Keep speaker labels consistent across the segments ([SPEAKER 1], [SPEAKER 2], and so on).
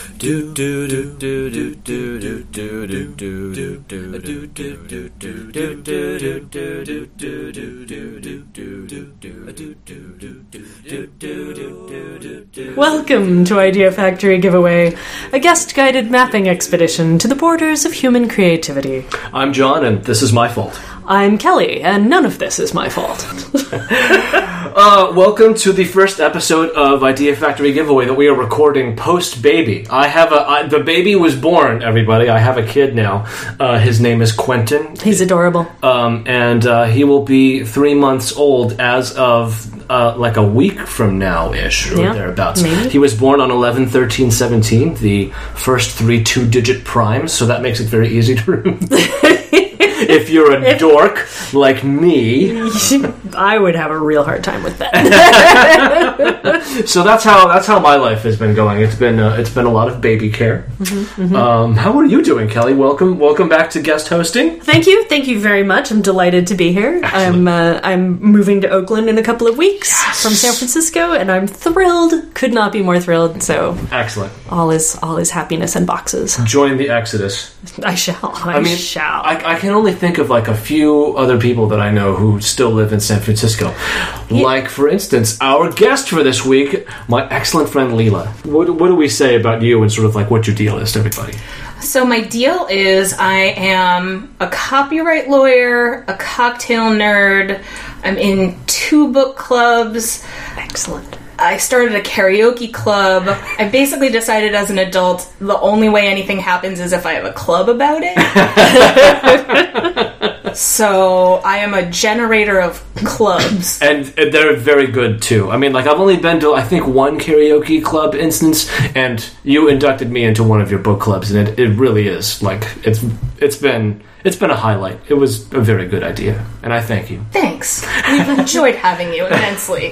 [SPEAKER 1] do do do do do do do do do do do do do do do do do do do do
[SPEAKER 2] Welcome to Idea Factory Giveaway, a guest guided mapping expedition to the borders of human creativity.
[SPEAKER 3] I'm John, and this is my fault.
[SPEAKER 2] I'm Kelly, and none of this is my fault.
[SPEAKER 3] Uh, welcome to the first episode of Idea Factory Giveaway that we are recording post baby. I have a I, the baby was born. Everybody, I have a kid now. Uh, his name is Quentin,
[SPEAKER 2] He's adorable.
[SPEAKER 3] um, and uh, he will be three months old as of. Uh, like a week from now ish or
[SPEAKER 2] Yeah,
[SPEAKER 3] thereabouts
[SPEAKER 2] maybe.
[SPEAKER 3] he was born on 11 13 17 the first three two digit primes so that makes it very easy to remember if you're a dork like
[SPEAKER 2] Mm.
[SPEAKER 3] me
[SPEAKER 2] I would have a real hard time with that.
[SPEAKER 3] So that's how that's how my life has been going. It's been uh, it's been a lot of baby care. Um, how are you doing, Kelly? Welcome welcome back to guest hosting.
[SPEAKER 2] thank you, thank you very much. I'm delighted to be here. I'm uh, I'm moving to Oakland in a couple of weeks from San Francisco, and I'm thrilled. Could not be more thrilled. So
[SPEAKER 3] Excellent.
[SPEAKER 2] all is all is happiness in boxes.
[SPEAKER 3] Join the exodus.
[SPEAKER 2] I shall. I,
[SPEAKER 3] I mean,
[SPEAKER 2] shall.
[SPEAKER 3] I, I can only think of like a few other people that I know who still live in San Francisco. Like for instance, our guest for this week, my excellent friend Leela. What, what do we say about you and sort of like what your deal is to everybody?
[SPEAKER 4] So my deal is I am a copyright lawyer, a cocktail nerd. I'm in two book clubs.
[SPEAKER 2] Excellent.
[SPEAKER 4] I started a karaoke club. I basically decided as an adult the only way anything happens is if I have a club about it. so I am a generator of clubs.
[SPEAKER 3] and they're very good too. I mean, like I've only been to I think one karaoke club instance, and you inducted me into one of your book clubs, and it, it really is like it's it's been it's been a highlight. It was a very good idea, and I thank you.
[SPEAKER 4] Thanks. We've enjoyed having you immensely.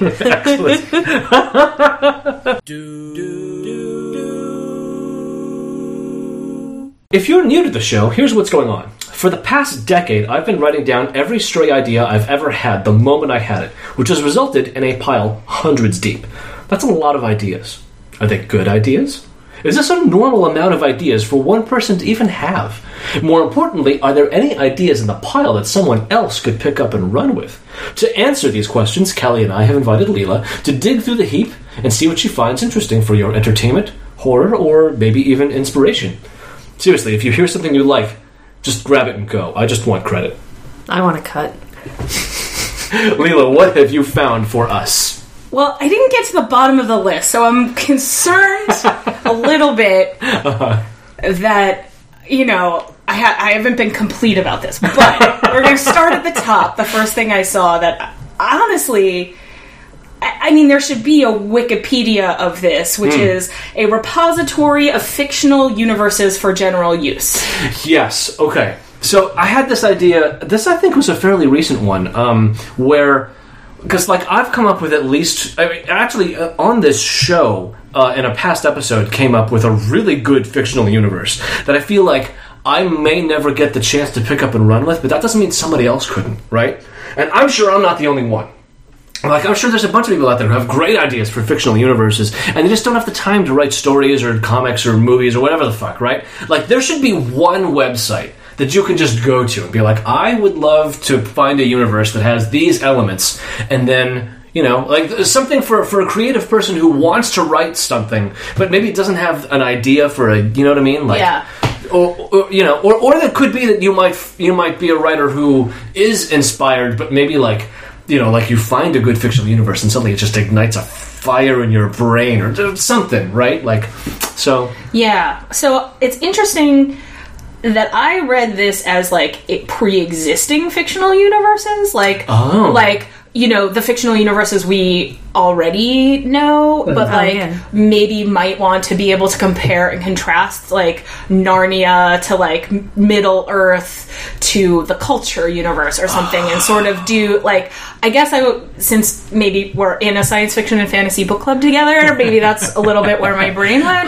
[SPEAKER 3] If you're new to the show, here's what's going on. For the past decade, I've been writing down every stray idea I've ever had the moment I had it, which has resulted in a pile hundreds deep. That's a lot of ideas. Are they good ideas? Is this a normal amount of ideas for one person to even have? More importantly, are there any ideas in the pile that someone else could pick up and run with? To answer these questions, Kelly and I have invited Leela to dig through the heap and see what she finds interesting for your entertainment, horror, or maybe even inspiration. Seriously, if you hear something you like, just grab it and go. I just want credit.
[SPEAKER 2] I want to cut.
[SPEAKER 3] Leela, what have you found for us?
[SPEAKER 4] Well, I didn't get to the bottom of the list, so I'm concerned a little bit that you know I, ha- I haven't been complete about this. But we're going to start at the top. The first thing I saw that honestly. I I mean, there should be a Wikipedia of this, which is a repository of fictional universes for general use.
[SPEAKER 3] Yes, okay. So I had this idea, this I think was a fairly recent one, um, where, because like I've come up with at least, I mean, actually uh, on this show, uh, in a past episode, came up with a really good fictional universe that I feel like I may never get the chance to pick up and run with, but that doesn't mean somebody else couldn't, right? And I'm sure I'm not the only one. Like, I'm sure there's a bunch of people out there who have great ideas for fictional universes, and they just don't have the time to write stories or comics or movies or whatever the fuck, right? Like, there should be one website that you can just go to and be like, I would love to find a universe that has these elements, and then. You know, like there's something for for a creative person who wants to write something, but maybe doesn't have an idea for a. You know what I mean? Like,
[SPEAKER 4] Yeah.
[SPEAKER 3] or, or you know, or or that could be that you might you might be a writer who is inspired, but maybe like you know, like you find a good fictional universe and suddenly it just ignites a fire in your brain or just something, right? Like, so
[SPEAKER 4] Yeah. So it's interesting that I read this as like it pre-existing fictional universes, like
[SPEAKER 3] Oh.
[SPEAKER 4] like you know the fictional universes we already know, but like
[SPEAKER 2] yeah.
[SPEAKER 4] maybe might want to be able to compare and contrast like Narnia to like M- Middle Earth to the culture universe or something, and sort of do like I guess I would since maybe we're in a science fiction and fantasy book club together, maybe that's a little bit where my brain went.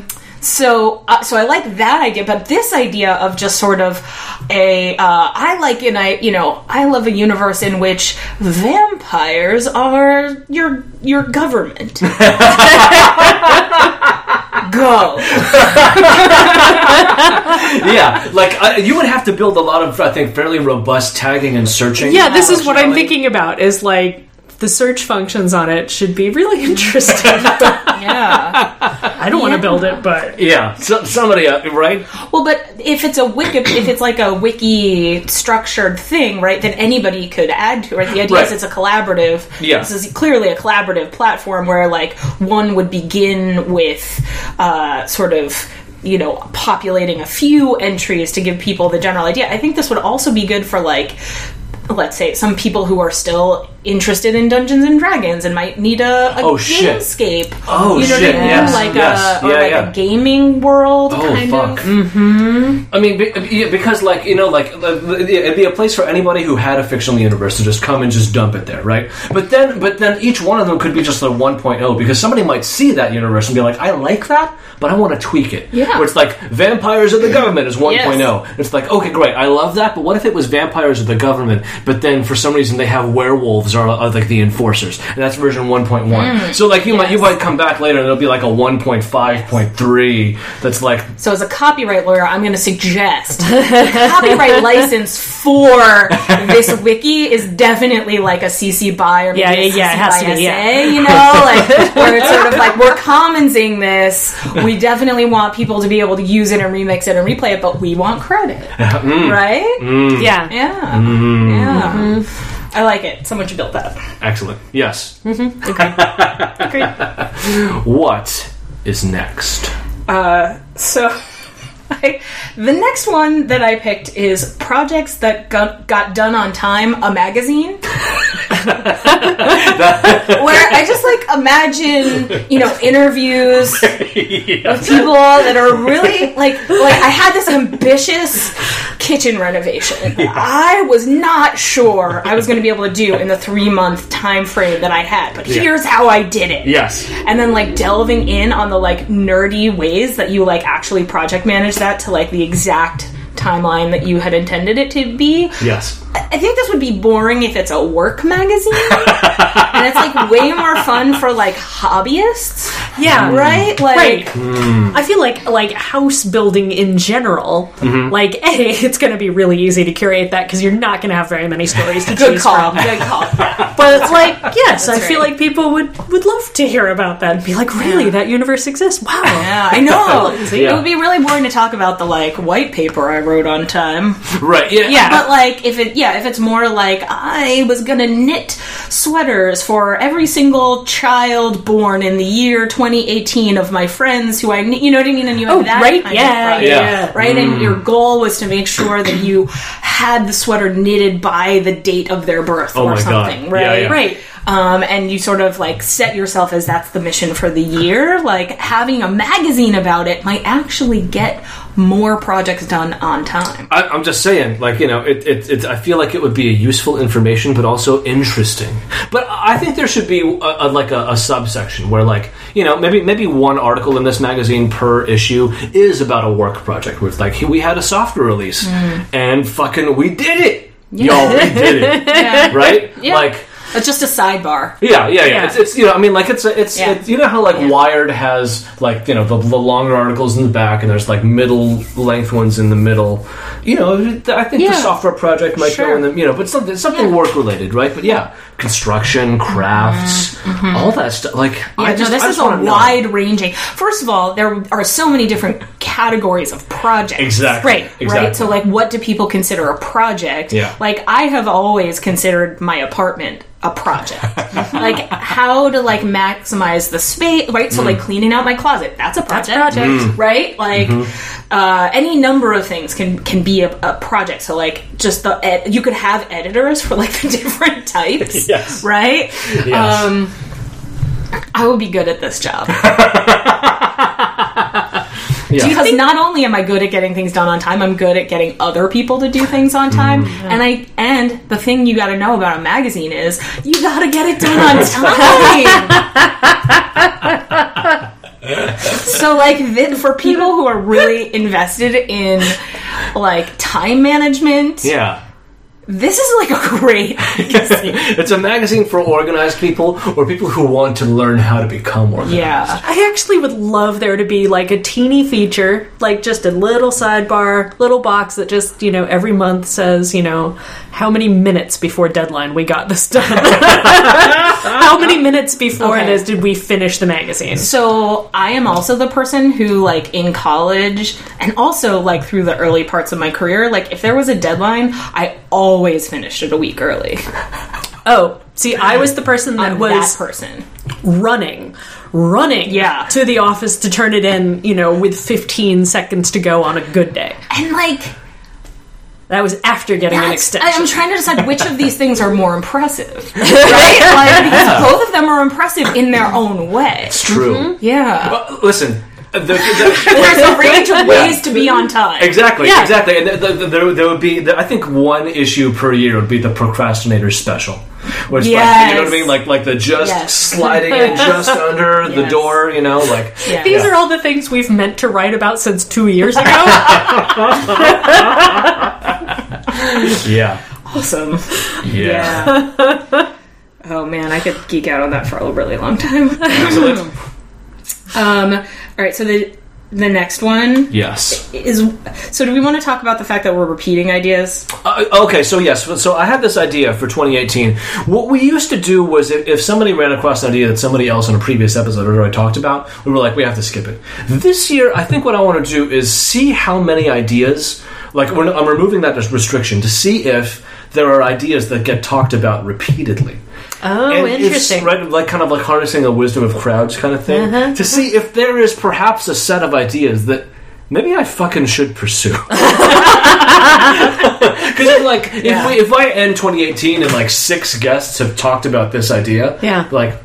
[SPEAKER 3] huh?
[SPEAKER 4] So, uh, so I like that idea, but this idea of just sort of a, uh, I like and I, you know, I love a universe in which vampires are your your government. not go.
[SPEAKER 3] yeah, like I, you would have to build a lot of, I think, fairly robust tagging and searching.
[SPEAKER 2] Yeah, this is what I'm
[SPEAKER 3] functionality.
[SPEAKER 2] thinking about is like the search functions on it should be really interesting.
[SPEAKER 4] Yeah.
[SPEAKER 2] I don't want to build it, but
[SPEAKER 3] Yeah, so, somebody uh, right?
[SPEAKER 4] Well, but if it's a wiki, if it's like a wiki structured thing, right? Then anybody could add to it. The idea
[SPEAKER 3] Right.
[SPEAKER 4] is it's a collaborative.
[SPEAKER 3] Yeah.
[SPEAKER 4] This is clearly a collaborative platform where like one would begin with uh, sort of you know populating a few entries to give people the general idea. I think this would also be good for like let's say some people who are still interested in Dungeons and Dragons and might need a, a
[SPEAKER 3] Oh, shit.
[SPEAKER 4] gamescape.
[SPEAKER 3] Oh,
[SPEAKER 4] you know
[SPEAKER 3] shit,
[SPEAKER 4] What I mean?
[SPEAKER 3] yes,
[SPEAKER 4] Like
[SPEAKER 3] yes,
[SPEAKER 4] a or
[SPEAKER 3] yeah,
[SPEAKER 4] like
[SPEAKER 3] yeah.
[SPEAKER 4] a gaming world
[SPEAKER 3] Oh
[SPEAKER 4] kind
[SPEAKER 3] fuck!
[SPEAKER 4] of.
[SPEAKER 3] Mm-hmm. I mean, be, yeah, because like you know, like uh, it'd be a place for anybody who had a fictional universe to just come and just dump it there, right? But then, but then each one of them could be just a 1.0 because somebody might see that universe and be like, I like that, but I want to tweak it.
[SPEAKER 4] Yeah.
[SPEAKER 3] Where it's like vampires of the government is 1.0. oh. It's like okay, great, I love that, but what if it was vampires of the government? But then for some reason they have werewolves are, are like the enforcers, and that's version 1.1. so like you might you might come back later and it'll be like a 1.5.3 that's like
[SPEAKER 4] So, as a copyright lawyer, I'm going to suggest the copyright license for this wiki is definitely like a CC BY or maybe
[SPEAKER 2] Yeah,
[SPEAKER 4] a
[SPEAKER 2] yeah, yeah, it has
[SPEAKER 4] CC
[SPEAKER 2] to
[SPEAKER 4] by
[SPEAKER 2] be,
[SPEAKER 4] SA,
[SPEAKER 2] yeah.
[SPEAKER 4] you know, like where it's sort of like we're commonsing this. We definitely want people to be able to use it and remix it and replay it, but we want credit, right?
[SPEAKER 2] yeah.
[SPEAKER 4] Yeah, yeah. I like it. Someone should build that.
[SPEAKER 3] Excellent. Yes. What is next?
[SPEAKER 4] Uh, so I, the next one that I picked is projects that got, got done on time, a magazine. Where I just like imagine, you know, interviews with people that are really like like I had this ambitious kitchen renovation. I was not sure I was going to be able to do in the 3 month time frame that I had, but here's how I did it
[SPEAKER 3] Yes.
[SPEAKER 4] and then like delving in on the like nerdy ways that you like actually project manage that to like the exact timeline that you had intended it to be.
[SPEAKER 3] Yes.
[SPEAKER 4] I think this would be boring if it's a work magazine. and it's like way more fun for like hobbyists,
[SPEAKER 2] Yeah,
[SPEAKER 4] right? Like
[SPEAKER 2] Hmm. Right. I feel like like house building in general, like A, it's going to be really easy to curate that because you're not going to have very many stories to
[SPEAKER 4] good
[SPEAKER 2] choose
[SPEAKER 4] call.
[SPEAKER 2] from.
[SPEAKER 4] Good call.
[SPEAKER 2] But like, yes, I feel
[SPEAKER 4] right.
[SPEAKER 2] like people would would love to hear about that and be like, really,
[SPEAKER 4] Yeah.
[SPEAKER 2] that universe exists? Wow.
[SPEAKER 4] Yeah, I know.
[SPEAKER 3] Yeah.
[SPEAKER 4] It would be really boring to talk about the like white paper I wrote on time.
[SPEAKER 3] Right. Yeah.
[SPEAKER 2] Yeah.
[SPEAKER 4] But like if it yeah, if it's more like I was gonna knit sweaters for every single child born in the year 2018 of my friends who I kn- you know what I mean and you have
[SPEAKER 2] Oh,
[SPEAKER 4] that
[SPEAKER 2] right,
[SPEAKER 4] kind
[SPEAKER 2] yeah,
[SPEAKER 4] of
[SPEAKER 3] yeah. Mm.
[SPEAKER 4] project, right and your goal was to make sure that you had the sweater knitted by the date of their birth
[SPEAKER 3] Oh my
[SPEAKER 4] or
[SPEAKER 3] God.
[SPEAKER 4] something
[SPEAKER 3] Yeah,
[SPEAKER 4] right
[SPEAKER 3] yeah.
[SPEAKER 2] Right.
[SPEAKER 4] um, and you sort of like set yourself as that's the mission for the year. Like having a magazine about it might actually get more projects done on time.
[SPEAKER 3] I, I'm just saying, like you know, it, it, it. I feel like it would be a useful information, but also interesting. But I think there should be a, a, like a, a subsection where, like you know, maybe maybe one article in this magazine per issue is about a work project. Where it's like we had a software release, and fucking we did it, y'all, we did it, right? Like
[SPEAKER 4] That's Uh, just a sidebar.
[SPEAKER 3] Yeah, yeah, yeah.
[SPEAKER 2] Yeah.
[SPEAKER 3] It's, it's you know, I mean, like it's a, it's,
[SPEAKER 4] Yeah.
[SPEAKER 3] it's you know how like Wired has like you know the, the longer articles in the back and there's like middle length ones in the middle. You know, th- I think
[SPEAKER 4] Yeah.
[SPEAKER 3] the software project might
[SPEAKER 4] Sure.
[SPEAKER 3] go in the you know, but something something work related, right? But yeah, construction, crafts, all that stuff. Like I
[SPEAKER 4] Mm-hmm. Yeah,
[SPEAKER 3] just
[SPEAKER 4] no, this
[SPEAKER 3] I
[SPEAKER 4] is
[SPEAKER 3] just
[SPEAKER 4] a
[SPEAKER 3] wanna know.
[SPEAKER 4] wide ranging. First of all, there are so many different categories of projects.
[SPEAKER 3] Exactly.
[SPEAKER 4] Right.
[SPEAKER 3] Exactly.
[SPEAKER 4] Right. So, like, what do people consider a project?
[SPEAKER 3] Yeah.
[SPEAKER 4] Like, I have always considered my apartment a project. like, how to like maximize the space. Right. So,
[SPEAKER 3] Mm.
[SPEAKER 4] like, cleaning out my closet. That's a project. Right. Like,
[SPEAKER 3] Mm-hmm.
[SPEAKER 4] uh, any number of things can can be a, a project. So, like, just the ed- you could have editors for like the different types.
[SPEAKER 3] Yes.
[SPEAKER 4] Right.
[SPEAKER 3] Yes.
[SPEAKER 4] Um, I would be good at this job. Because not only am I good at getting things done on time, I'm good at getting other people to do things on time. And I and the thing you got to know about a magazine is you got to get it done on time. so like th- for people who are really invested in like time management,
[SPEAKER 3] yeah.
[SPEAKER 4] this is like a great
[SPEAKER 3] it's a magazine for organized people or people who want to learn how to become organized.
[SPEAKER 4] yeah
[SPEAKER 2] I actually would love there to be like a teeny feature, like just a little sidebar, little box that just, you know, every month says, you know, how many minutes before deadline we got this done. how many minutes before
[SPEAKER 4] Okay.
[SPEAKER 2] it is did we finish the magazine?
[SPEAKER 4] So I am also the person who, like, in college and also like through the early parts of my career, like if there was a deadline, I always finished it a week early.
[SPEAKER 2] Oh, see, I was the person that
[SPEAKER 4] I'm
[SPEAKER 2] was
[SPEAKER 4] that person.
[SPEAKER 2] running, running
[SPEAKER 4] Yeah.
[SPEAKER 2] to the office to turn it in, you know, with 15 seconds to go on a good day.
[SPEAKER 4] And like
[SPEAKER 2] That was after getting an
[SPEAKER 4] that's,
[SPEAKER 2] extension.
[SPEAKER 4] I- I'm trying to decide which of these things are more impressive. Right? Like because both of them are impressive in their own way.
[SPEAKER 3] It's
[SPEAKER 4] Mm-hmm.
[SPEAKER 3] true.
[SPEAKER 4] Yeah.
[SPEAKER 3] Uh, listen, the, the-
[SPEAKER 4] There's a range of ways to be on time.
[SPEAKER 3] exactly,
[SPEAKER 2] Yeah.
[SPEAKER 3] exactly. And the, the, there, there would be, the, I think, one issue per year would be the procrastinator special. Which, like, you know what I
[SPEAKER 4] Yes.
[SPEAKER 3] mean? Like, like the just
[SPEAKER 4] Yes.
[SPEAKER 3] sliding in just under the
[SPEAKER 4] Yes.
[SPEAKER 3] door, you know? Like,
[SPEAKER 4] Yeah.
[SPEAKER 2] These
[SPEAKER 3] Yeah.
[SPEAKER 2] are all the things we've meant to write about since two years ago.
[SPEAKER 3] yeah.
[SPEAKER 4] Awesome.
[SPEAKER 3] Yeah.
[SPEAKER 4] oh man, I could geek out on that for a really long time. um, all right, so the the next one
[SPEAKER 3] Yes.
[SPEAKER 4] is so do we want to talk about the fact that we're repeating ideas?
[SPEAKER 3] Uh, okay, so yes, so I had this idea for 2018. What we used to do was if, if somebody ran across an idea that somebody else in a previous episode had already talked about, we were like, we have to skip it. This year, I think what I want to do is see how many ideas, like we're, I'm removing that as restriction to see if there are ideas that get talked about repeatedly.
[SPEAKER 2] Oh,
[SPEAKER 3] And it's,
[SPEAKER 2] interesting. Uh-huh,
[SPEAKER 3] right, like kind of like harnessing the wisdom of crowds kind of thing to see if there is perhaps a set of ideas that maybe I fucking should pursue. Because like
[SPEAKER 4] Yeah.
[SPEAKER 3] if we if I end 2018 and like six guests have talked about this idea,
[SPEAKER 2] Yeah.
[SPEAKER 3] like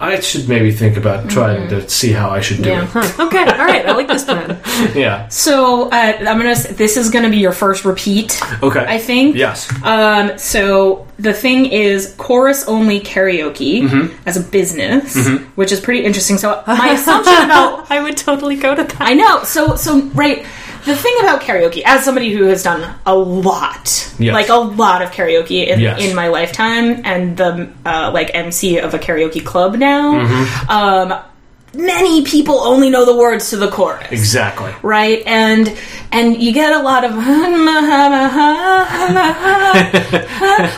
[SPEAKER 3] I should maybe think about trying
[SPEAKER 4] Mm-hmm.
[SPEAKER 3] to see how I should do
[SPEAKER 2] Huh. Okay, all right. I like this plan.
[SPEAKER 3] it. Yeah.
[SPEAKER 4] So uh, I'm gonna. s- This is gonna be your first repeat,
[SPEAKER 3] Okay.
[SPEAKER 4] I think.
[SPEAKER 3] Yes.
[SPEAKER 4] Um, so the thing is chorus only karaoke
[SPEAKER 3] Mm-hmm.
[SPEAKER 4] as a business, which is pretty interesting. So my assumption about
[SPEAKER 2] I would totally go to that.
[SPEAKER 4] I know. So so right. The thing about karaoke, as somebody who has done a lot,
[SPEAKER 3] Yes.
[SPEAKER 4] like a lot of karaoke in,
[SPEAKER 3] Yes.
[SPEAKER 4] in my lifetime, and the uh, like MC of a karaoke club now,
[SPEAKER 3] Mm-hmm.
[SPEAKER 4] um, many people only know the words to the chorus
[SPEAKER 3] Exactly.
[SPEAKER 4] right and and you get a lot of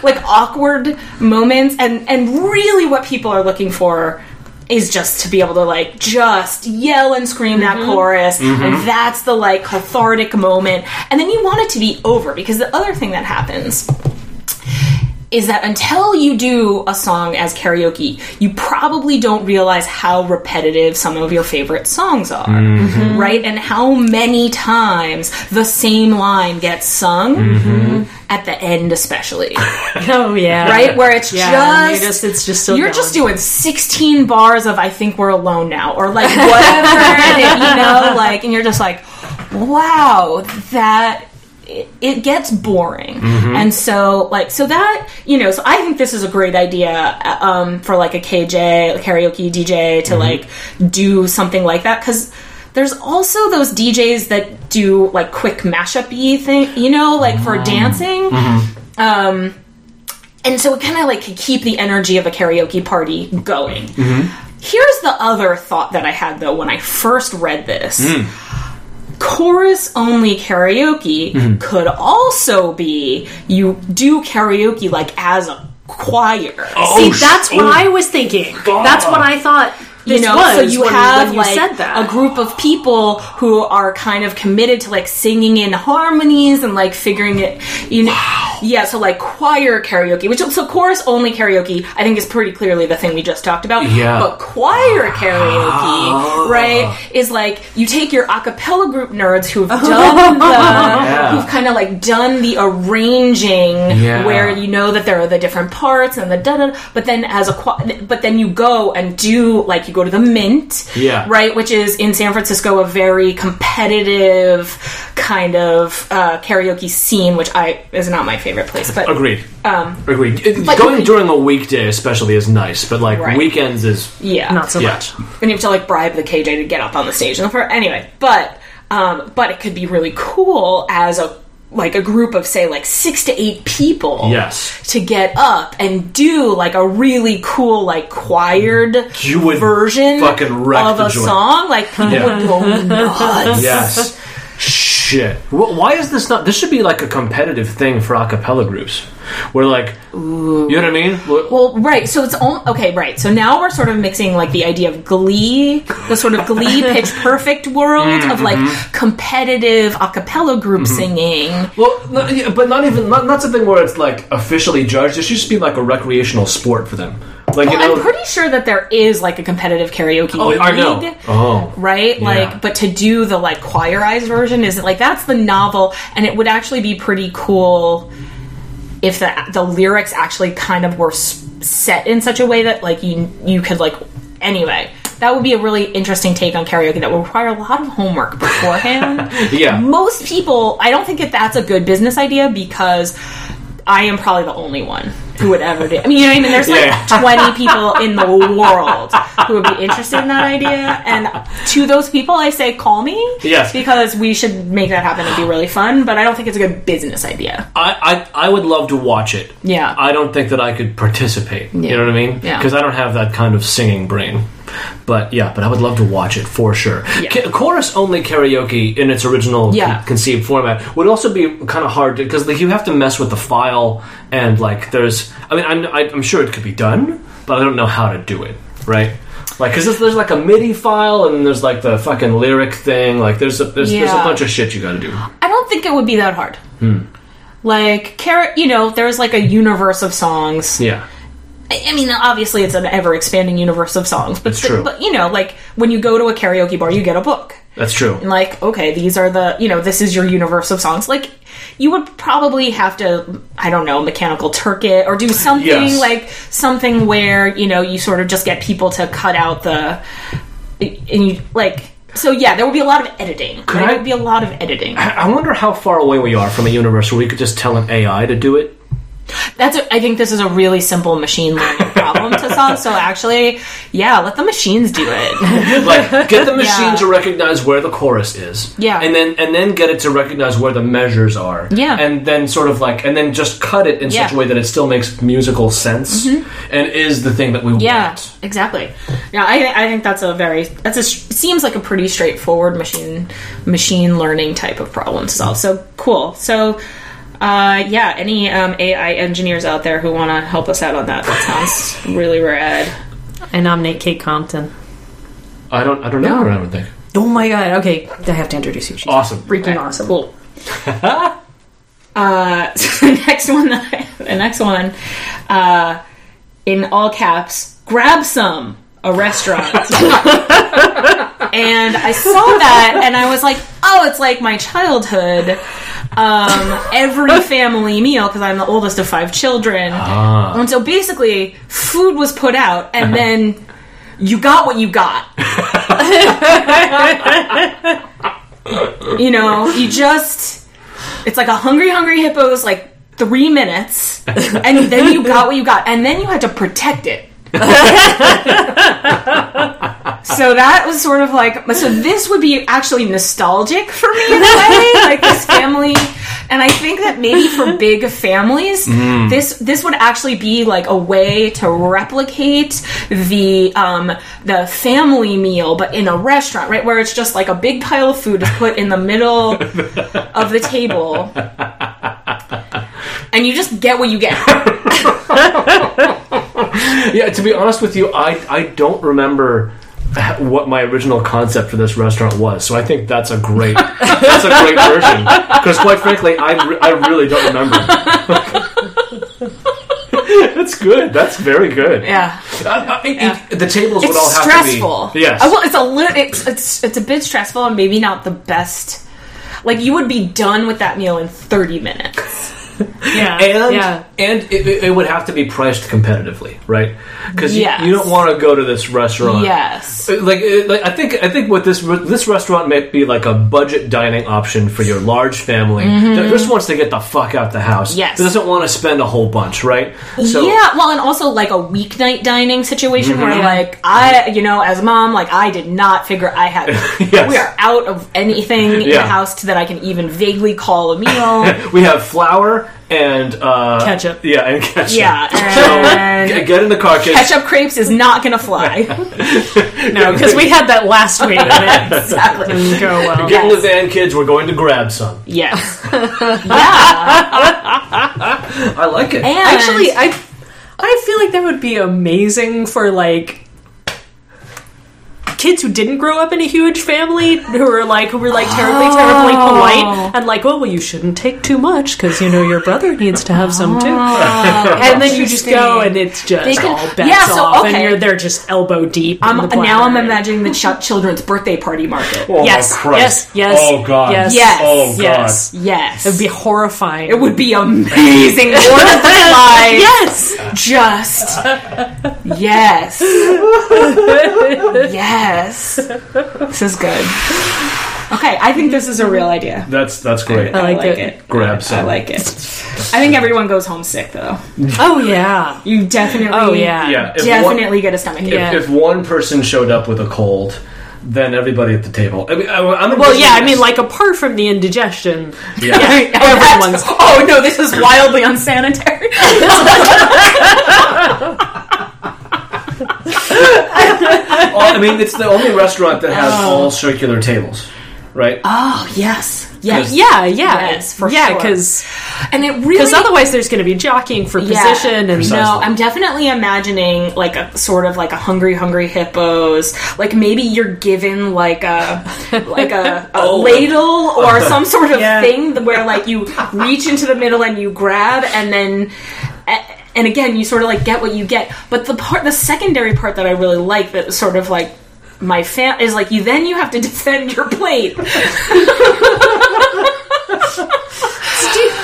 [SPEAKER 4] like awkward moments and and really what people are looking for is just to be able to like just yell and scream that chorus and that's the like cathartic moment and then you want it to be over because the other thing that happens is that until you do a song as karaoke, you probably don't realize how repetitive some of your favorite songs are, right? And how many times the same line gets sung at the end, especially,
[SPEAKER 2] Oh yeah,
[SPEAKER 4] right? Where it's
[SPEAKER 2] Yeah,
[SPEAKER 4] just.
[SPEAKER 2] you're just it's just still
[SPEAKER 4] you're
[SPEAKER 2] going.
[SPEAKER 4] just doing 16 bars of I think we're alone now or like whatever and, you know like and you're just like wow that it, it gets boring and so like so that you know so I think this is a great idea uh, um, for like a KJ a karaoke DJ to like do something like that because there's also those DJs that do like quick mashup-y thing you know like for dancing um and so it kind of like could keep the energy of a karaoke party going. Here's the other thought that I had though when I first read this. Chorus only karaoke could also be you do karaoke like as a choir.
[SPEAKER 2] See,
[SPEAKER 3] Oh, sh-
[SPEAKER 2] that's what
[SPEAKER 3] oh.
[SPEAKER 2] I was thinking. That's what I thought. This
[SPEAKER 4] you know,
[SPEAKER 2] was
[SPEAKER 4] so you
[SPEAKER 2] when,
[SPEAKER 4] have
[SPEAKER 2] when you
[SPEAKER 4] like
[SPEAKER 2] said that.
[SPEAKER 4] a group of people who are kind of committed to like singing in harmonies and like figuring it, you know, yeah. So like choir karaoke, which so chorus only karaoke, I think is pretty clearly the thing we just talked about.
[SPEAKER 3] Yeah.
[SPEAKER 4] But choir karaoke, right, is like you take your a cappella group nerds who've done the, who've kind of like done the arranging
[SPEAKER 3] Yeah.
[SPEAKER 4] where you know that there are the different parts and the da da. But then as a qu- but then you go and do like you go to the Mint,
[SPEAKER 3] Yeah.
[SPEAKER 4] right, which is in San Francisco a very competitive kind of uh, karaoke scene, which I is not my favorite place, but
[SPEAKER 3] Agreed.
[SPEAKER 4] um,
[SPEAKER 3] Agreed. It-
[SPEAKER 4] but-
[SPEAKER 3] Going during a weekday especially is nice, but like
[SPEAKER 4] Right.
[SPEAKER 3] weekends is
[SPEAKER 4] yeah,
[SPEAKER 2] not so
[SPEAKER 3] yeah.
[SPEAKER 2] much.
[SPEAKER 4] and you have to like bribe the KJ to get up on the stage and the first, anyway but um, but it could be really cool as a like a group of say like six to eight people
[SPEAKER 3] Yes.
[SPEAKER 4] to get up and do like a really cool like choired
[SPEAKER 3] You would
[SPEAKER 4] version
[SPEAKER 3] fucking wreck
[SPEAKER 4] of
[SPEAKER 3] the
[SPEAKER 4] a
[SPEAKER 3] joint.
[SPEAKER 4] song like people
[SPEAKER 3] Yeah.
[SPEAKER 4] would go nuts
[SPEAKER 3] Yes. Shit. Wh- Why is this not? This should be like a competitive thing for a cappella groups. Where, like, you know what I mean? Wh-
[SPEAKER 4] Well, right. So it's all okay, right. So now we're sort of mixing like the idea of Glee, the sort of Glee pitch perfect world of like
[SPEAKER 3] Mm-hmm.
[SPEAKER 4] competitive a cappella group singing.
[SPEAKER 3] Well, no, yeah, but not even not, not something where it's like officially judged. It should just be like a recreational sport for them. Like you
[SPEAKER 4] Well,
[SPEAKER 3] know,
[SPEAKER 4] I'm pretty sure that there is like a competitive karaoke
[SPEAKER 3] oh,
[SPEAKER 4] league.
[SPEAKER 3] I know. Oh,
[SPEAKER 4] Right?
[SPEAKER 3] Yeah.
[SPEAKER 4] Like, but to do the like choirized version is like that's the novel, and it would actually be pretty cool if the the lyrics actually kind of were s- set in such a way that like you you could like anyway. That would be a really interesting take on karaoke that would require a lot of homework beforehand.
[SPEAKER 3] Yeah.
[SPEAKER 4] Most people, I don't think that that's a good business idea because I am probably the only one who would ever do. I mean, you know what I mean? There's like
[SPEAKER 3] Yeah.
[SPEAKER 4] 20 people in the world who would be interested in that idea. And to those people, I say, call me.
[SPEAKER 3] Yes.
[SPEAKER 4] Because we should make that happen. It'd be really fun, but I don't think it's a good business idea.
[SPEAKER 3] I, I I would love to watch it.
[SPEAKER 4] Yeah.
[SPEAKER 3] I don't think that I could participate. You
[SPEAKER 4] Yeah.
[SPEAKER 3] know what I mean?
[SPEAKER 4] Yeah.
[SPEAKER 3] Because I don't have that kind of singing brain. But yeah, but I would love to watch it for sure.
[SPEAKER 4] Yeah.
[SPEAKER 3] chorus only karaoke in its original
[SPEAKER 4] Yeah.
[SPEAKER 3] con- conceived format would also be kind of hard because like you have to mess with the file and like there's I mean I'm, I- I'm sure it could be done, but I don't know how to do it right. Like, cause there's, there's like a MIDI file, and there's like the fucking lyric thing. Like, there's a there's, there's a
[SPEAKER 4] Yeah.
[SPEAKER 3] bunch of shit you got to do.
[SPEAKER 4] I don't think it would be that hard.
[SPEAKER 3] Hmm.
[SPEAKER 4] Like, cara- you know, there's like a universe of songs.
[SPEAKER 3] Yeah,
[SPEAKER 4] I I mean, obviously, it's an ever expanding universe of songs, but
[SPEAKER 3] It's true.
[SPEAKER 4] but you know, like when you go to a karaoke bar, you get a book.
[SPEAKER 3] that's true.
[SPEAKER 4] And like, okay, these are the you know, this is your universe of songs. Like, you would probably have to, I don't know, mechanical turkey or do something
[SPEAKER 3] Yes.
[SPEAKER 4] like something where you know you sort of just get people to cut out the and you like. So yeah, there would be a lot of editing.
[SPEAKER 3] I-
[SPEAKER 4] there would be a lot of editing.
[SPEAKER 3] I wonder how far away we are from a universe where we could just tell an AI to do it.
[SPEAKER 4] That's. A, I think this is a really simple machine learning problem to solve. So actually, yeah, let the machines do it.
[SPEAKER 3] Like, get the machine
[SPEAKER 4] Yeah.
[SPEAKER 3] to recognize where the chorus is.
[SPEAKER 4] Yeah.
[SPEAKER 3] And then and then get it to recognize where the measures are.
[SPEAKER 4] Yeah.
[SPEAKER 3] And then sort of like and then just cut it in such
[SPEAKER 4] Yeah. Mm-hmm.
[SPEAKER 3] a way that it still makes musical sense and is the thing that we
[SPEAKER 4] Yeah,
[SPEAKER 3] want.
[SPEAKER 4] exactly. Yeah, I, I think that's a very that's a seems like a pretty straightforward machine machine learning type of problem to solve. So cool. So. Uh, yeah, any um, AI engineers out there who want to help us out on that? That sounds really rad.
[SPEAKER 2] I nominate Kate Compton.
[SPEAKER 3] I don't I don't know I don't think.
[SPEAKER 2] Oh my god, okay. I have to introduce you. She's
[SPEAKER 3] Awesome.
[SPEAKER 2] Freaking awesome.
[SPEAKER 4] Cool. uh, so the next one, that I- the next one, uh, in all caps, grab some a restaurant. and I saw that, and I was like, oh, it's like my childhood. Um, every family meal because I'm the oldest of five children, and so basically, food was put out, and then you got what you got. you know, you just it's like a hungry, hungry hippo's like three minutes, and then you got what you got, and then you had to protect it. so that was sort of like so this would be actually nostalgic for me in a way like this family and i think that maybe for big families this this would actually be like a way to replicate the um the family meal but in a restaurant right where it's just like a big pile of food is put in the middle of the table and you just get what you get
[SPEAKER 3] Yeah, to be honest with you, I I don't remember h- what my original concept for this restaurant was. So I think that's a great that's a great version because quite frankly, I re- I really don't remember. that's good. That's very good.
[SPEAKER 4] yeah
[SPEAKER 3] Uh, uh, it- it- the tables would all
[SPEAKER 4] it's
[SPEAKER 3] have
[SPEAKER 4] stressful.
[SPEAKER 3] to be yes.
[SPEAKER 4] Uh, well, it's a little. It's, it's it's a bit stressful and maybe not the best. Like you would be done with that meal in thirty minutes.
[SPEAKER 2] Yeah.
[SPEAKER 3] and
[SPEAKER 2] yeah.
[SPEAKER 3] and it, it- it would have to be priced competitively, right? Because
[SPEAKER 4] Yes.
[SPEAKER 3] you, don't want to go to this restaurant.
[SPEAKER 4] Yes.
[SPEAKER 3] Uh, Like, uh, like I think I think what this this restaurant may be like a budget dining option for your large family
[SPEAKER 2] Mm-hmm.
[SPEAKER 3] that just wants to get the fuck out the house.
[SPEAKER 4] Yes.
[SPEAKER 3] that doesn't want to spend a whole bunch, right? So
[SPEAKER 4] yeah, well, and also like a weeknight dining situation
[SPEAKER 3] Mm-hmm.
[SPEAKER 4] where, like, I, you know, as a mom, like, I did not figure I had.
[SPEAKER 3] Yes.
[SPEAKER 4] We are out of anything in the
[SPEAKER 3] Yeah.
[SPEAKER 4] house that I can even vaguely call a meal.
[SPEAKER 3] we have flour and uh,
[SPEAKER 2] Ketchup.
[SPEAKER 3] Yeah, and ketchup.
[SPEAKER 4] yeah,
[SPEAKER 3] G-
[SPEAKER 4] and
[SPEAKER 3] Get in the car, kids.
[SPEAKER 4] ketchup crepes is not gonna fly.
[SPEAKER 2] No, because we had that last week. and it
[SPEAKER 4] exactly.
[SPEAKER 2] didn't go well.
[SPEAKER 3] Get in the van, kids. We're going to grab some.
[SPEAKER 4] Yes. yeah.
[SPEAKER 3] I like it.
[SPEAKER 4] And
[SPEAKER 2] Actually, I I feel like that would be amazing for like kids who didn't grow up in a huge family who are like who were like terribly terribly
[SPEAKER 4] Oh.
[SPEAKER 2] polite and like well, well you shouldn't take too much because you know your brother needs to have some too and then you just go and it's just
[SPEAKER 4] Oh. can-
[SPEAKER 2] all bets
[SPEAKER 4] Yeah, so,
[SPEAKER 2] off
[SPEAKER 4] okay.
[SPEAKER 2] and you're they're just elbow deep in
[SPEAKER 4] I'm,
[SPEAKER 2] the
[SPEAKER 4] now I'm
[SPEAKER 2] platter.
[SPEAKER 4] imagining the ch- children's birthday party market.
[SPEAKER 3] Oh,
[SPEAKER 2] yes
[SPEAKER 3] Christ.
[SPEAKER 2] yes yes
[SPEAKER 3] Oh God.
[SPEAKER 2] yes
[SPEAKER 4] Yes.
[SPEAKER 3] Oh God.
[SPEAKER 2] yes
[SPEAKER 4] Yes.
[SPEAKER 2] it would be horrifying
[SPEAKER 4] It would be amazing. Lord of the Flies.
[SPEAKER 2] yes
[SPEAKER 4] Just. Yes. yes. This is good. Okay, I think this is a real idea.
[SPEAKER 3] That's that's great.
[SPEAKER 2] I like it.
[SPEAKER 3] grab some.
[SPEAKER 4] I like it. I think everyone goes home sick though.
[SPEAKER 2] oh yeah
[SPEAKER 4] You definitely
[SPEAKER 2] oh yeah
[SPEAKER 3] Yeah. if one-
[SPEAKER 4] definitely get a stomach ache.
[SPEAKER 2] Yeah.
[SPEAKER 3] If, if one person showed up with a cold, then everybody at the table. I mean, I, I'm
[SPEAKER 2] Well, yeah, I mean, like apart from the indigestion,
[SPEAKER 3] Yeah.
[SPEAKER 2] everyone's.
[SPEAKER 4] Oh no, this is wildly unsanitary.
[SPEAKER 3] all- Oh, I mean, it's the only restaurant that has all circular tables, right?
[SPEAKER 4] oh yes, yes,
[SPEAKER 2] Yeah, yeah,
[SPEAKER 4] Yes, for
[SPEAKER 2] yeah,
[SPEAKER 4] sure.
[SPEAKER 2] because
[SPEAKER 4] and it really
[SPEAKER 2] otherwise there's going to be jockeying for
[SPEAKER 4] Yeah.
[SPEAKER 2] position and
[SPEAKER 3] Precisely.
[SPEAKER 4] No, I'm definitely imagining like a sort of like a hungry, hungry hippos. Like maybe you're given like a like a, a
[SPEAKER 3] Oh.
[SPEAKER 4] ladle or some sort of
[SPEAKER 2] Yeah.
[SPEAKER 4] thing where like you reach into the middle and you grab, and then a- and again you sort of like get what you get. But the part, the secondary part that I really like that was sort of like my fan is like you. Then you have to defend your plate.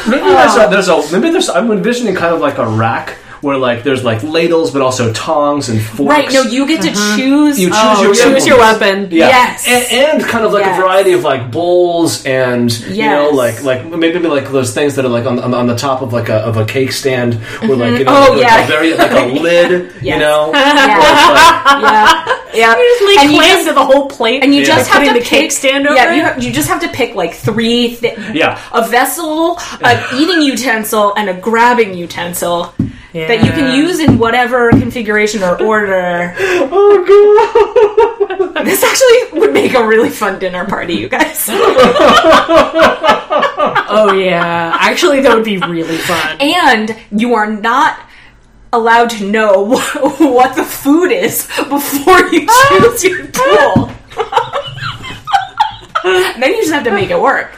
[SPEAKER 3] Maybe there's a, there's a maybe there's I'm envisioning kind of like a rack where like there's like ladles, but also tongs and forks.
[SPEAKER 4] Right? No, you get to choose.
[SPEAKER 3] You choose
[SPEAKER 4] oh,
[SPEAKER 3] your
[SPEAKER 2] choose your weapon.
[SPEAKER 3] Yeah.
[SPEAKER 4] Yes.
[SPEAKER 3] and, and kind of like
[SPEAKER 4] Yes.
[SPEAKER 3] a variety of like bowls and you know
[SPEAKER 4] Yes.
[SPEAKER 3] like like maybe like those things that are like on, on, on the top of like a of a cake stand or like you know
[SPEAKER 4] Oh,
[SPEAKER 3] like,
[SPEAKER 4] yeah.
[SPEAKER 3] a very like a lid
[SPEAKER 4] Yes.
[SPEAKER 3] you know
[SPEAKER 4] Yeah.
[SPEAKER 3] Or it's like-
[SPEAKER 4] Oh. yeah.
[SPEAKER 2] yeah. Usually
[SPEAKER 4] And you
[SPEAKER 2] claim
[SPEAKER 4] just-
[SPEAKER 2] to the whole plate,
[SPEAKER 4] And you
[SPEAKER 3] Yeah.
[SPEAKER 4] just have
[SPEAKER 2] putting
[SPEAKER 4] to
[SPEAKER 2] the cake
[SPEAKER 4] pick-
[SPEAKER 2] stand over.
[SPEAKER 4] Yeah, you,
[SPEAKER 2] it.
[SPEAKER 4] have, you just have to pick like three. Thi-
[SPEAKER 3] Yeah.
[SPEAKER 4] a vessel, an eating utensil, and a grabbing utensil that you
[SPEAKER 2] Yeah.
[SPEAKER 4] can use in whatever configuration or order.
[SPEAKER 3] Oh god.
[SPEAKER 4] this actually would make a really fun dinner party, you guys.
[SPEAKER 2] Oh yeah, actually that would be really fun.
[SPEAKER 4] and you are not allowed to know what the food is before you choose your tool. then you just have to make it work.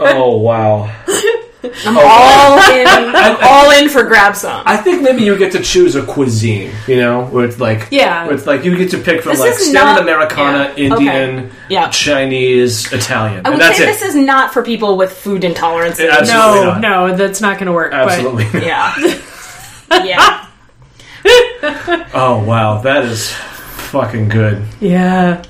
[SPEAKER 3] Oh wow.
[SPEAKER 4] all in, I'm all in for grab some.
[SPEAKER 3] I think maybe you get to choose a cuisine, you know, where it's like
[SPEAKER 2] Yeah.
[SPEAKER 3] where it's like you get to pick from
[SPEAKER 4] This
[SPEAKER 3] like
[SPEAKER 4] is
[SPEAKER 3] standard
[SPEAKER 4] not-
[SPEAKER 3] Americana,
[SPEAKER 4] yeah.
[SPEAKER 3] Indian,
[SPEAKER 4] Okay. Yeah.
[SPEAKER 3] Chinese, Italian,
[SPEAKER 4] I
[SPEAKER 3] and
[SPEAKER 4] would
[SPEAKER 3] that's
[SPEAKER 4] say
[SPEAKER 3] it.
[SPEAKER 4] this is not for people with food intolerance.
[SPEAKER 3] It absolutely-
[SPEAKER 2] No,
[SPEAKER 3] not.
[SPEAKER 2] no, that's not going to work.
[SPEAKER 3] Absolutely.
[SPEAKER 4] Yeah. yeah.
[SPEAKER 3] oh wow, that is fucking good.
[SPEAKER 2] But yeah,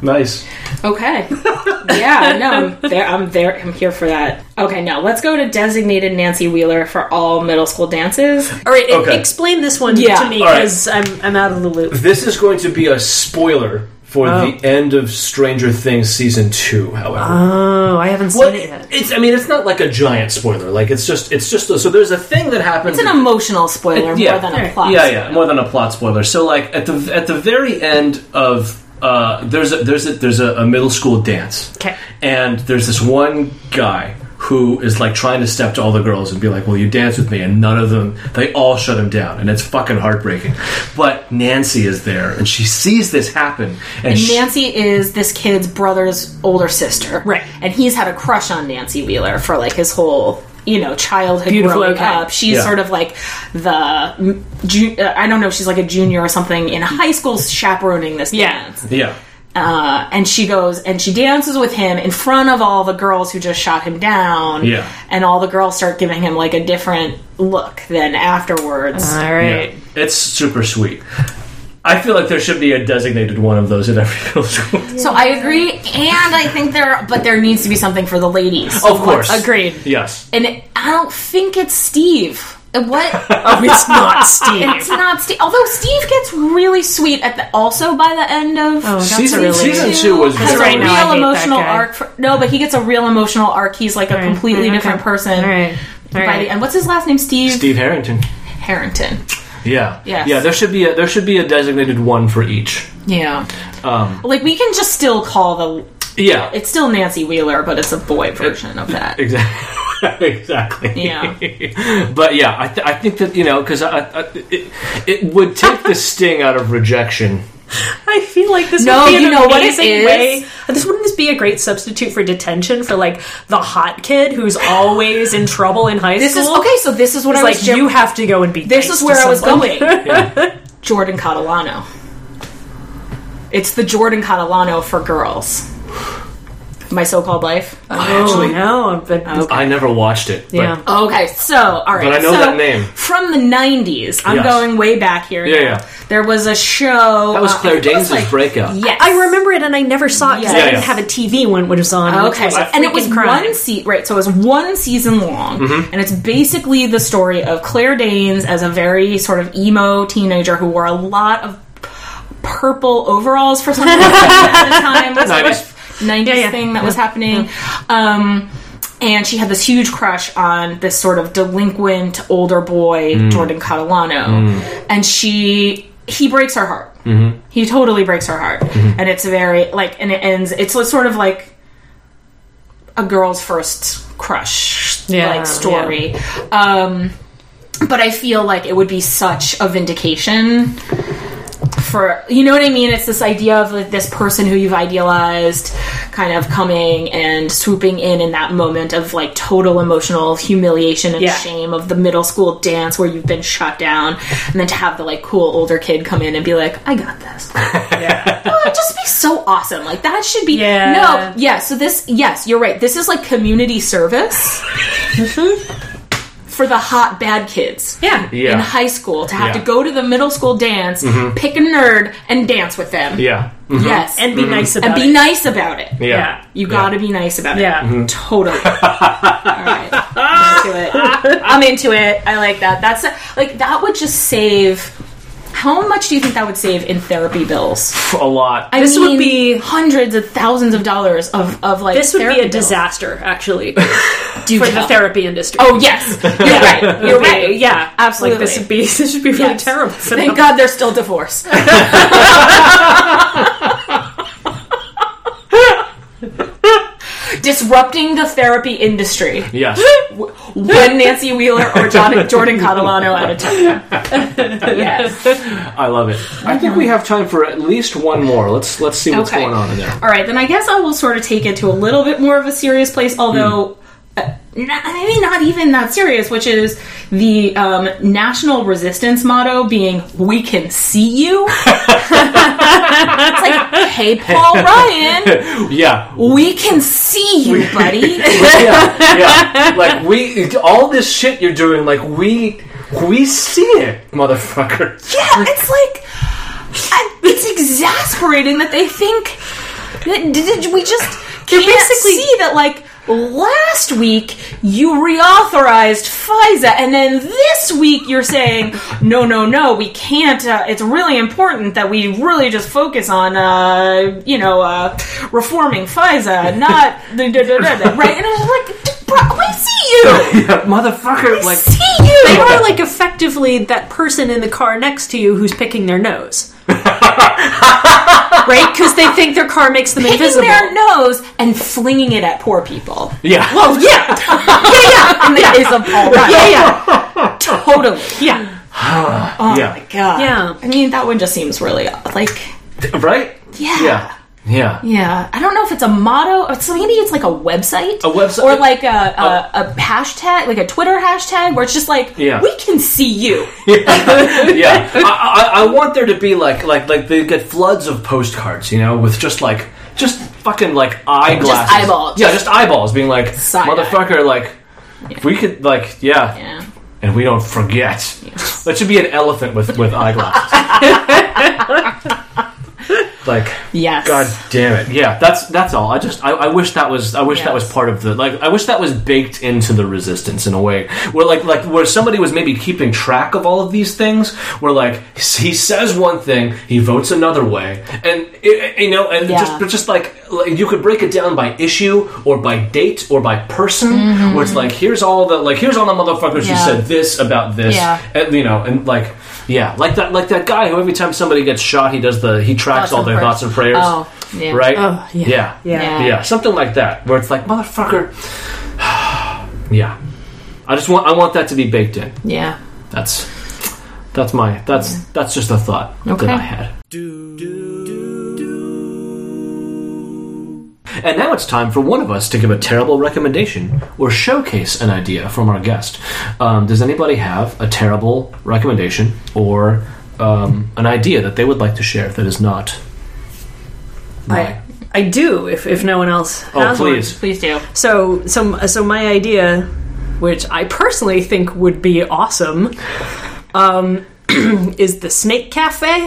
[SPEAKER 3] Nice.
[SPEAKER 4] Okay. Yeah, no, I'm there I'm there I'm here for that. Okay, now let's go to designated Nancy Wheeler for all middle school dances.
[SPEAKER 2] all right.
[SPEAKER 3] Okay.
[SPEAKER 2] Explain this one
[SPEAKER 4] Yeah.
[SPEAKER 2] to me
[SPEAKER 3] All right.
[SPEAKER 2] because I'm I'm out of the loop.
[SPEAKER 3] This is going to be a spoiler for
[SPEAKER 2] Oh.
[SPEAKER 3] the end of Stranger Things season two. However,
[SPEAKER 4] Uh,
[SPEAKER 2] Oh, I haven't seen
[SPEAKER 3] Well,
[SPEAKER 2] it yet.
[SPEAKER 3] it's I mean it's not like a giant spoiler. Like it's just it's just so there's a thing that happens.
[SPEAKER 4] It's an emotional spoiler
[SPEAKER 3] Yeah.
[SPEAKER 4] more than a plot.
[SPEAKER 3] Yeah,
[SPEAKER 4] spoiler.
[SPEAKER 3] yeah, more than a plot spoiler. So, like at the at the very end of uh, there's a, there's a, there's a, a middle school dance,
[SPEAKER 2] Okay.
[SPEAKER 3] and there's this one guy who is like trying to step to all the girls and be like, "Will you dance with me?" And none of them, they all shut him down, and it's fucking heartbreaking. But Nancy is there, and she sees this happen, and, she,
[SPEAKER 4] Nancy is this kid's brother's older sister.
[SPEAKER 2] Right.
[SPEAKER 4] And he's had a crush on Nancy Wheeler for like his whole, you know, childhood
[SPEAKER 2] Beautiful,
[SPEAKER 4] growing
[SPEAKER 2] okay.
[SPEAKER 4] up. She's
[SPEAKER 3] Yeah.
[SPEAKER 4] sort of like the mm, ju- uh, I don't know, she's like a junior or something in high school chaperoning this
[SPEAKER 2] Yeah.
[SPEAKER 4] dance.
[SPEAKER 3] yeah.
[SPEAKER 4] Uh, and she goes and she dances with him in front of all the girls who just shot him down.
[SPEAKER 3] Yeah.
[SPEAKER 4] And all the girls start giving him like a different look than afterwards.
[SPEAKER 2] All right.
[SPEAKER 3] Yeah. It's super sweet. I feel like there should be a designated one of those at every middle school.
[SPEAKER 4] So I agree, and I think there, but there needs to be something for the ladies.
[SPEAKER 3] Of course.
[SPEAKER 2] Agreed.
[SPEAKER 3] Yes.
[SPEAKER 4] And I don't think it's Steve. Uh, What?
[SPEAKER 2] Oh, it's not
[SPEAKER 4] it's
[SPEAKER 2] Steve.
[SPEAKER 4] not Steve. Although Steve gets really sweet at the also by the end of
[SPEAKER 2] Oh, that's
[SPEAKER 3] Season-
[SPEAKER 2] really
[SPEAKER 3] season two was
[SPEAKER 4] has a
[SPEAKER 3] very-
[SPEAKER 2] Right
[SPEAKER 4] real
[SPEAKER 2] now, I hate that
[SPEAKER 4] emotional
[SPEAKER 2] guy.
[SPEAKER 4] arc. For, no, but he gets a real emotional arc. He's like a
[SPEAKER 2] Right.
[SPEAKER 4] completely
[SPEAKER 2] Okay.
[SPEAKER 4] different person
[SPEAKER 2] All right. All
[SPEAKER 4] by
[SPEAKER 2] right.
[SPEAKER 4] the end. What's his last name? Steve,
[SPEAKER 3] Steve Harrington.
[SPEAKER 4] Harrington.
[SPEAKER 3] Yeah.
[SPEAKER 4] Yes.
[SPEAKER 3] Yeah. There should be a there should be a designated one for each.
[SPEAKER 4] Yeah,
[SPEAKER 3] Um,
[SPEAKER 4] like we can just still call the.
[SPEAKER 3] yeah.
[SPEAKER 4] It's still Nancy Wheeler, but it's a boy version of that.
[SPEAKER 3] Exactly. exactly.
[SPEAKER 4] Yeah.
[SPEAKER 3] but yeah, I, th- I think that you know because I, I, it, it would take the sting out of rejection.
[SPEAKER 2] I feel like this
[SPEAKER 4] No,
[SPEAKER 2] would be an
[SPEAKER 4] you know what it
[SPEAKER 2] amazing
[SPEAKER 4] is?
[SPEAKER 2] way. This wouldn't this be a great substitute for detention for like the hot kid who's always in trouble in high
[SPEAKER 4] This
[SPEAKER 2] school?
[SPEAKER 4] is okay. So this is what
[SPEAKER 2] It's
[SPEAKER 4] I was.
[SPEAKER 2] like you have to go and be.
[SPEAKER 4] This
[SPEAKER 2] nice
[SPEAKER 4] is where
[SPEAKER 2] to
[SPEAKER 4] I was
[SPEAKER 2] someone.
[SPEAKER 4] going. Jordan Catalano. It's the Jordan Catalano for girls. My so-called life.
[SPEAKER 2] Oh no! But
[SPEAKER 3] I never watched it. But
[SPEAKER 2] yeah,
[SPEAKER 4] Okay, so all right,
[SPEAKER 3] But I know
[SPEAKER 4] so
[SPEAKER 3] that name.
[SPEAKER 4] from the '90s. I'm
[SPEAKER 3] Yes.
[SPEAKER 4] going way back here.
[SPEAKER 3] Yeah,
[SPEAKER 4] now.
[SPEAKER 3] yeah.
[SPEAKER 4] There was a show.
[SPEAKER 3] that was
[SPEAKER 4] uh, I
[SPEAKER 3] Claire
[SPEAKER 4] think it
[SPEAKER 3] Danes'
[SPEAKER 4] like-
[SPEAKER 3] breakout.
[SPEAKER 4] Yes,
[SPEAKER 2] I remember it, and I never saw it because
[SPEAKER 4] Yeah,
[SPEAKER 2] I didn't
[SPEAKER 3] yeah.
[SPEAKER 2] have a TV when it was on. which
[SPEAKER 4] Okay,
[SPEAKER 2] was a
[SPEAKER 4] and it was
[SPEAKER 2] freaking crime. Mm-hmm.
[SPEAKER 4] one seat right. So it was one season long, and it's basically the story of Claire Danes as a very sort of emo teenager who wore a lot of purple overalls for some reason at the time. It was like a
[SPEAKER 3] 90s.
[SPEAKER 4] 90s
[SPEAKER 2] yeah.
[SPEAKER 4] thing that was happening. Um, and she had this huge crush on this sort of delinquent older boy,
[SPEAKER 2] Mm.
[SPEAKER 4] Jordan Catalano. And she he breaks her heart. He totally breaks her heart. And it's very like and it ends it's sort of like a girl's first crush
[SPEAKER 2] Yeah,
[SPEAKER 4] like story. Um but I feel like it would be such a vindication for you know what I mean. It's this idea of like, this person who you've idealized, kind of coming and swooping in in that moment of like total emotional humiliation and
[SPEAKER 2] Yeah.
[SPEAKER 4] shame of the middle school dance where you've been shut down, and then to have the like cool older kid come in and be like, "I got this." Oh, it'd just be so awesome. Like that should be
[SPEAKER 2] Yeah.
[SPEAKER 4] no yeah. So this yes, you're right. This is like community service. For the hot bad kids
[SPEAKER 2] Mm-hmm. Yeah,
[SPEAKER 3] Yeah.
[SPEAKER 4] in high school to have
[SPEAKER 3] Yeah.
[SPEAKER 4] to go to the middle school dance, pick a nerd, and dance with them.
[SPEAKER 3] Mm-hmm. Yeah. Mhm.
[SPEAKER 4] Yes.
[SPEAKER 2] and be nice about
[SPEAKER 4] Mm-hmm. And be
[SPEAKER 2] it.
[SPEAKER 4] nice about it.
[SPEAKER 3] Yeah. Mm.
[SPEAKER 2] Yeah.
[SPEAKER 4] You gotta be nice about it.
[SPEAKER 2] Yeah. Mhm.
[SPEAKER 4] Totally. All right. I'm into it. I'm into it. I like that. That's like, that would just save. How much do you think that would save in therapy bills?
[SPEAKER 3] A lot.
[SPEAKER 4] I
[SPEAKER 2] This would
[SPEAKER 4] mean,
[SPEAKER 2] be-
[SPEAKER 4] hundreds of thousands of dollars of, of like
[SPEAKER 2] This would be
[SPEAKER 4] therapy
[SPEAKER 2] a
[SPEAKER 4] bills.
[SPEAKER 2] disaster, actually,
[SPEAKER 4] Do
[SPEAKER 2] for the
[SPEAKER 4] tell.
[SPEAKER 2] therapy industry.
[SPEAKER 4] Oh yes, you're right. You're right.
[SPEAKER 2] Yeah,
[SPEAKER 4] absolutely.
[SPEAKER 2] Like, this would be this would be really
[SPEAKER 4] Yes.
[SPEAKER 2] terrible. for
[SPEAKER 4] Thank
[SPEAKER 2] them.
[SPEAKER 4] God they're still divorced. Disrupting the therapy industry.
[SPEAKER 3] Yes.
[SPEAKER 4] One Nancy Wheeler or John, Jordan Catalano at a time. yes.
[SPEAKER 3] I love it. I think we have time for at least one more. Let's let's see what's
[SPEAKER 4] Okay.
[SPEAKER 3] going on in there.
[SPEAKER 4] All right, then I guess I will sort of take it to a little bit more of a serious place, although. Uh, not, I mean, not even that serious, which is the um, national resistance motto being, We can see you. it's like, hey, Paul Ryan,
[SPEAKER 3] Yeah.
[SPEAKER 4] we can see you, buddy.
[SPEAKER 3] yeah, yeah. Like we, all this shit you're doing, like we, we see it, motherfucker.
[SPEAKER 4] Yeah, it's like I, it's exasperating that they think that did, did we just can't
[SPEAKER 2] basically-
[SPEAKER 4] see that like last week you reauthorized FISA and then this week you're saying no no no we can't uh, it's really important that we really just focus on uh, you know uh, reforming FISA not the da, da, da, da, right and I was like bro, we see you
[SPEAKER 3] Yeah, motherfucker. Like
[SPEAKER 4] see you
[SPEAKER 2] They are like effectively that person in the car next to you who's picking their nose. right? Because they think their car makes them
[SPEAKER 4] picking
[SPEAKER 2] invisible.
[SPEAKER 4] their nose and flinging it at poor people.
[SPEAKER 3] yeah,
[SPEAKER 4] Well, yeah, yeah, yeah. In the case of Paul Rudd, yeah, yeah, totally.
[SPEAKER 2] yeah.
[SPEAKER 4] Oh
[SPEAKER 3] Yeah.
[SPEAKER 4] my god.
[SPEAKER 2] Yeah.
[SPEAKER 4] I mean, that one just seems really like
[SPEAKER 3] right.
[SPEAKER 4] yeah.
[SPEAKER 3] Yeah, Yeah.
[SPEAKER 4] Yeah, I don't know if it's a motto. Or so maybe it's like a website,
[SPEAKER 3] A website-
[SPEAKER 4] or like a, a, a hashtag, like a Twitter hashtag, where it's just like,
[SPEAKER 3] Yeah.
[SPEAKER 4] we can see you.
[SPEAKER 3] yeah, I, I, I want there to be like like like they get floods of postcards, you know, with just like just fucking like eyeglasses,
[SPEAKER 4] eyeballs.
[SPEAKER 3] yeah, just eyeballs, being like
[SPEAKER 4] Side eye.
[SPEAKER 3] motherfucker, like if we could like yeah,
[SPEAKER 4] Yeah.
[SPEAKER 3] and we don't forget. That should be an elephant with with eyeglasses. like
[SPEAKER 4] Yes.
[SPEAKER 3] God damn it! Yeah, that's that's all. I just I, I wish that was I wish that was
[SPEAKER 4] Yes.
[SPEAKER 3] part of the like I wish that was baked into the resistance in a way where like like where somebody was maybe keeping track of all of these things. Where like he says one thing, he votes another way, and it, you know, and
[SPEAKER 4] Yeah.
[SPEAKER 3] just but just like, like you could break it down by issue or by date or by person. Where it's like here's all the like here's all the motherfuckers who
[SPEAKER 4] Mm-hmm. Yeah.
[SPEAKER 3] said this about this,
[SPEAKER 4] Yeah.
[SPEAKER 3] and you know, and like. Yeah, like that, like that guy who every time somebody gets shot, he does the he tracks
[SPEAKER 4] Thoughts
[SPEAKER 3] all
[SPEAKER 4] and
[SPEAKER 3] their
[SPEAKER 4] prayers.
[SPEAKER 3] thoughts and prayers
[SPEAKER 4] Oh, yeah.
[SPEAKER 3] right?
[SPEAKER 2] Oh, yeah.
[SPEAKER 3] yeah,
[SPEAKER 2] Yeah.
[SPEAKER 4] Yeah.
[SPEAKER 3] Yeah, something like that, where it's like, motherfucker, yeah. I just want, I want that to be baked in.
[SPEAKER 4] Yeah.
[SPEAKER 3] That's, that's my, that's, that's just a thought
[SPEAKER 4] Okay.
[SPEAKER 3] that I had. And now it's time for one of us to give a terrible recommendation or showcase an idea from our guest. Um, does anybody have a terrible recommendation or um, an idea that they would like to share that is not?
[SPEAKER 2] I, I do, if, if no one else
[SPEAKER 3] Oh,
[SPEAKER 2] has one.
[SPEAKER 3] please.
[SPEAKER 4] Please do.
[SPEAKER 2] So, so, so my idea, which I personally think would be awesome, um, is the snake cafe.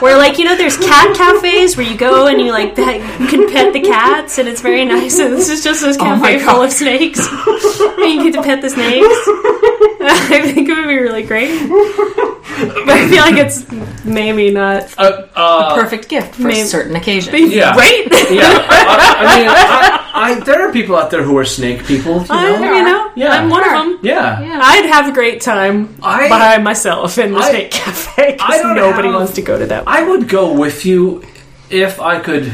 [SPEAKER 2] where, like, you know, there's cat cafes where you go and you like pet, you can pet the cats, and it's very nice. And this is just this cafe full of snakes, and you get to pet the snakes. I think it would be really great, but I feel like it's maybe not
[SPEAKER 3] Uh, uh,
[SPEAKER 4] Perfect gift for
[SPEAKER 2] maybe-
[SPEAKER 4] certain occasion.
[SPEAKER 3] Yeah.
[SPEAKER 2] right.
[SPEAKER 3] Yeah, I, I- I mean, I, I, there are people out there who are snake people. You know?
[SPEAKER 2] you know,
[SPEAKER 3] Yeah.
[SPEAKER 2] I'm one of them.
[SPEAKER 3] yeah.
[SPEAKER 2] I'd have a great time
[SPEAKER 3] I-
[SPEAKER 2] by myself in the
[SPEAKER 3] I-
[SPEAKER 2] snake cafe
[SPEAKER 3] I
[SPEAKER 2] because
[SPEAKER 3] don't
[SPEAKER 2] nobody
[SPEAKER 3] have-
[SPEAKER 2] wants to go to that.
[SPEAKER 3] I would go with you if I could.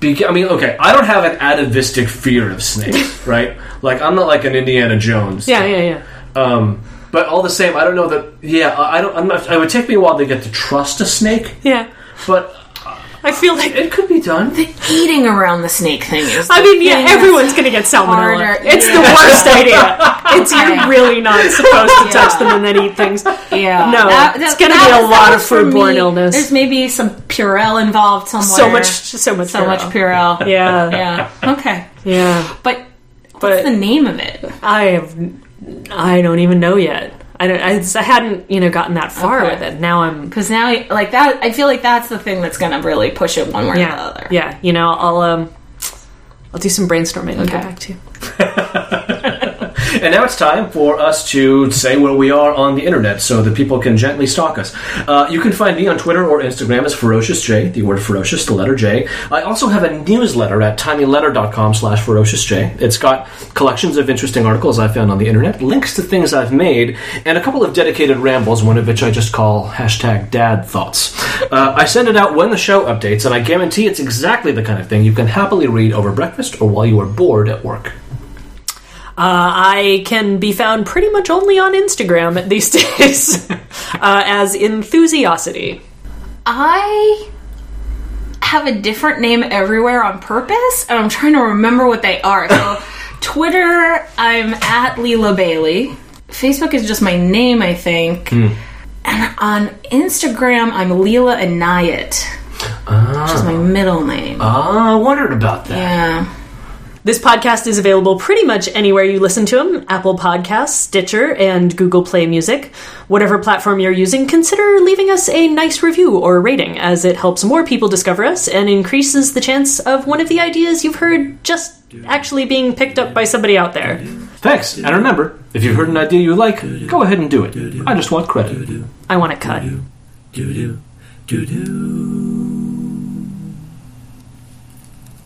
[SPEAKER 3] Be, I mean, okay, I don't have an atavistic fear of snakes, right? Like, I'm not like an Indiana Jones.
[SPEAKER 2] yeah, yeah, yeah.
[SPEAKER 3] Um, but all the same, I don't know that. Yeah, I I don't. I'm not. It would take me a while to get to trust a snake,
[SPEAKER 2] Yeah.
[SPEAKER 3] but
[SPEAKER 2] I feel like
[SPEAKER 3] it could be done.
[SPEAKER 4] Eating around the snake thing is.
[SPEAKER 2] I mean, yeah,
[SPEAKER 4] Yeah,
[SPEAKER 2] everyone's gonna get salmonella.
[SPEAKER 4] harder.
[SPEAKER 2] It's the
[SPEAKER 4] Yeah.
[SPEAKER 2] worst idea. It's
[SPEAKER 4] Yeah.
[SPEAKER 2] you're really not supposed to
[SPEAKER 4] Yeah.
[SPEAKER 2] touch them and then eat things.
[SPEAKER 4] Yeah.
[SPEAKER 2] No, it's gonna be a
[SPEAKER 4] was-
[SPEAKER 2] lot
[SPEAKER 4] was
[SPEAKER 2] of
[SPEAKER 4] for
[SPEAKER 2] foodborne
[SPEAKER 4] me.
[SPEAKER 2] illness.
[SPEAKER 4] There's maybe some Purell involved somewhere.
[SPEAKER 2] So much, so much,
[SPEAKER 4] So much
[SPEAKER 2] Purell.
[SPEAKER 4] Purell.
[SPEAKER 2] Yeah,
[SPEAKER 4] Yeah. Okay.
[SPEAKER 2] yeah.
[SPEAKER 4] But what's
[SPEAKER 2] But
[SPEAKER 4] the name of it?
[SPEAKER 2] I have, I don't even know yet. I don't. I, I hadn't, you know, gotten that far
[SPEAKER 4] Okay.
[SPEAKER 2] with it. Now I'm
[SPEAKER 4] Because now, like that, I feel like that's the thing that's going to really push it one way or the
[SPEAKER 2] yeah,
[SPEAKER 4] other.
[SPEAKER 2] yeah. You know, I'll um, I'll do some brainstorming. and
[SPEAKER 4] Okay.
[SPEAKER 2] get back to you.
[SPEAKER 3] And now it's time for us to say where we are on the internet so that people can gently stalk us. Uh, you can find me on Twitter or Instagram as Ferocious J, the word ferocious, the letter J. I also have a newsletter at tinyletter.com slash ferocious J. It's got collections of interesting articles I found on the internet, links to things I've made, and a couple of dedicated rambles, one of which I just call hashtag dad thoughts. Uh, I send it out when the show updates, and I guarantee it's exactly the kind of thing you can happily read over breakfast or while you are bored at work.
[SPEAKER 2] Uh, I can be found pretty much only on Instagram these days uh, as enthusiosity.
[SPEAKER 4] I have a different name everywhere on purpose, and I'm trying to remember what they are. So, Twitter, I'm at Leela Bailey. Facebook is just my name, I think. And on Instagram, I'm Leela Anayat, which is my middle name.
[SPEAKER 3] Ah, I wondered about that.
[SPEAKER 4] yeah.
[SPEAKER 2] This podcast is available pretty much anywhere you listen to them Apple Podcasts, Stitcher, and Google Play Music. Whatever platform you're using, consider leaving us a nice review or rating, as it helps more people discover us and increases the chance of one of the ideas you've heard just actually being picked up by somebody out there.
[SPEAKER 3] Thanks, and remember, if you've heard an idea you like, go ahead and do it. I just want credit.
[SPEAKER 2] I want to cut.
[SPEAKER 1] Do do do do.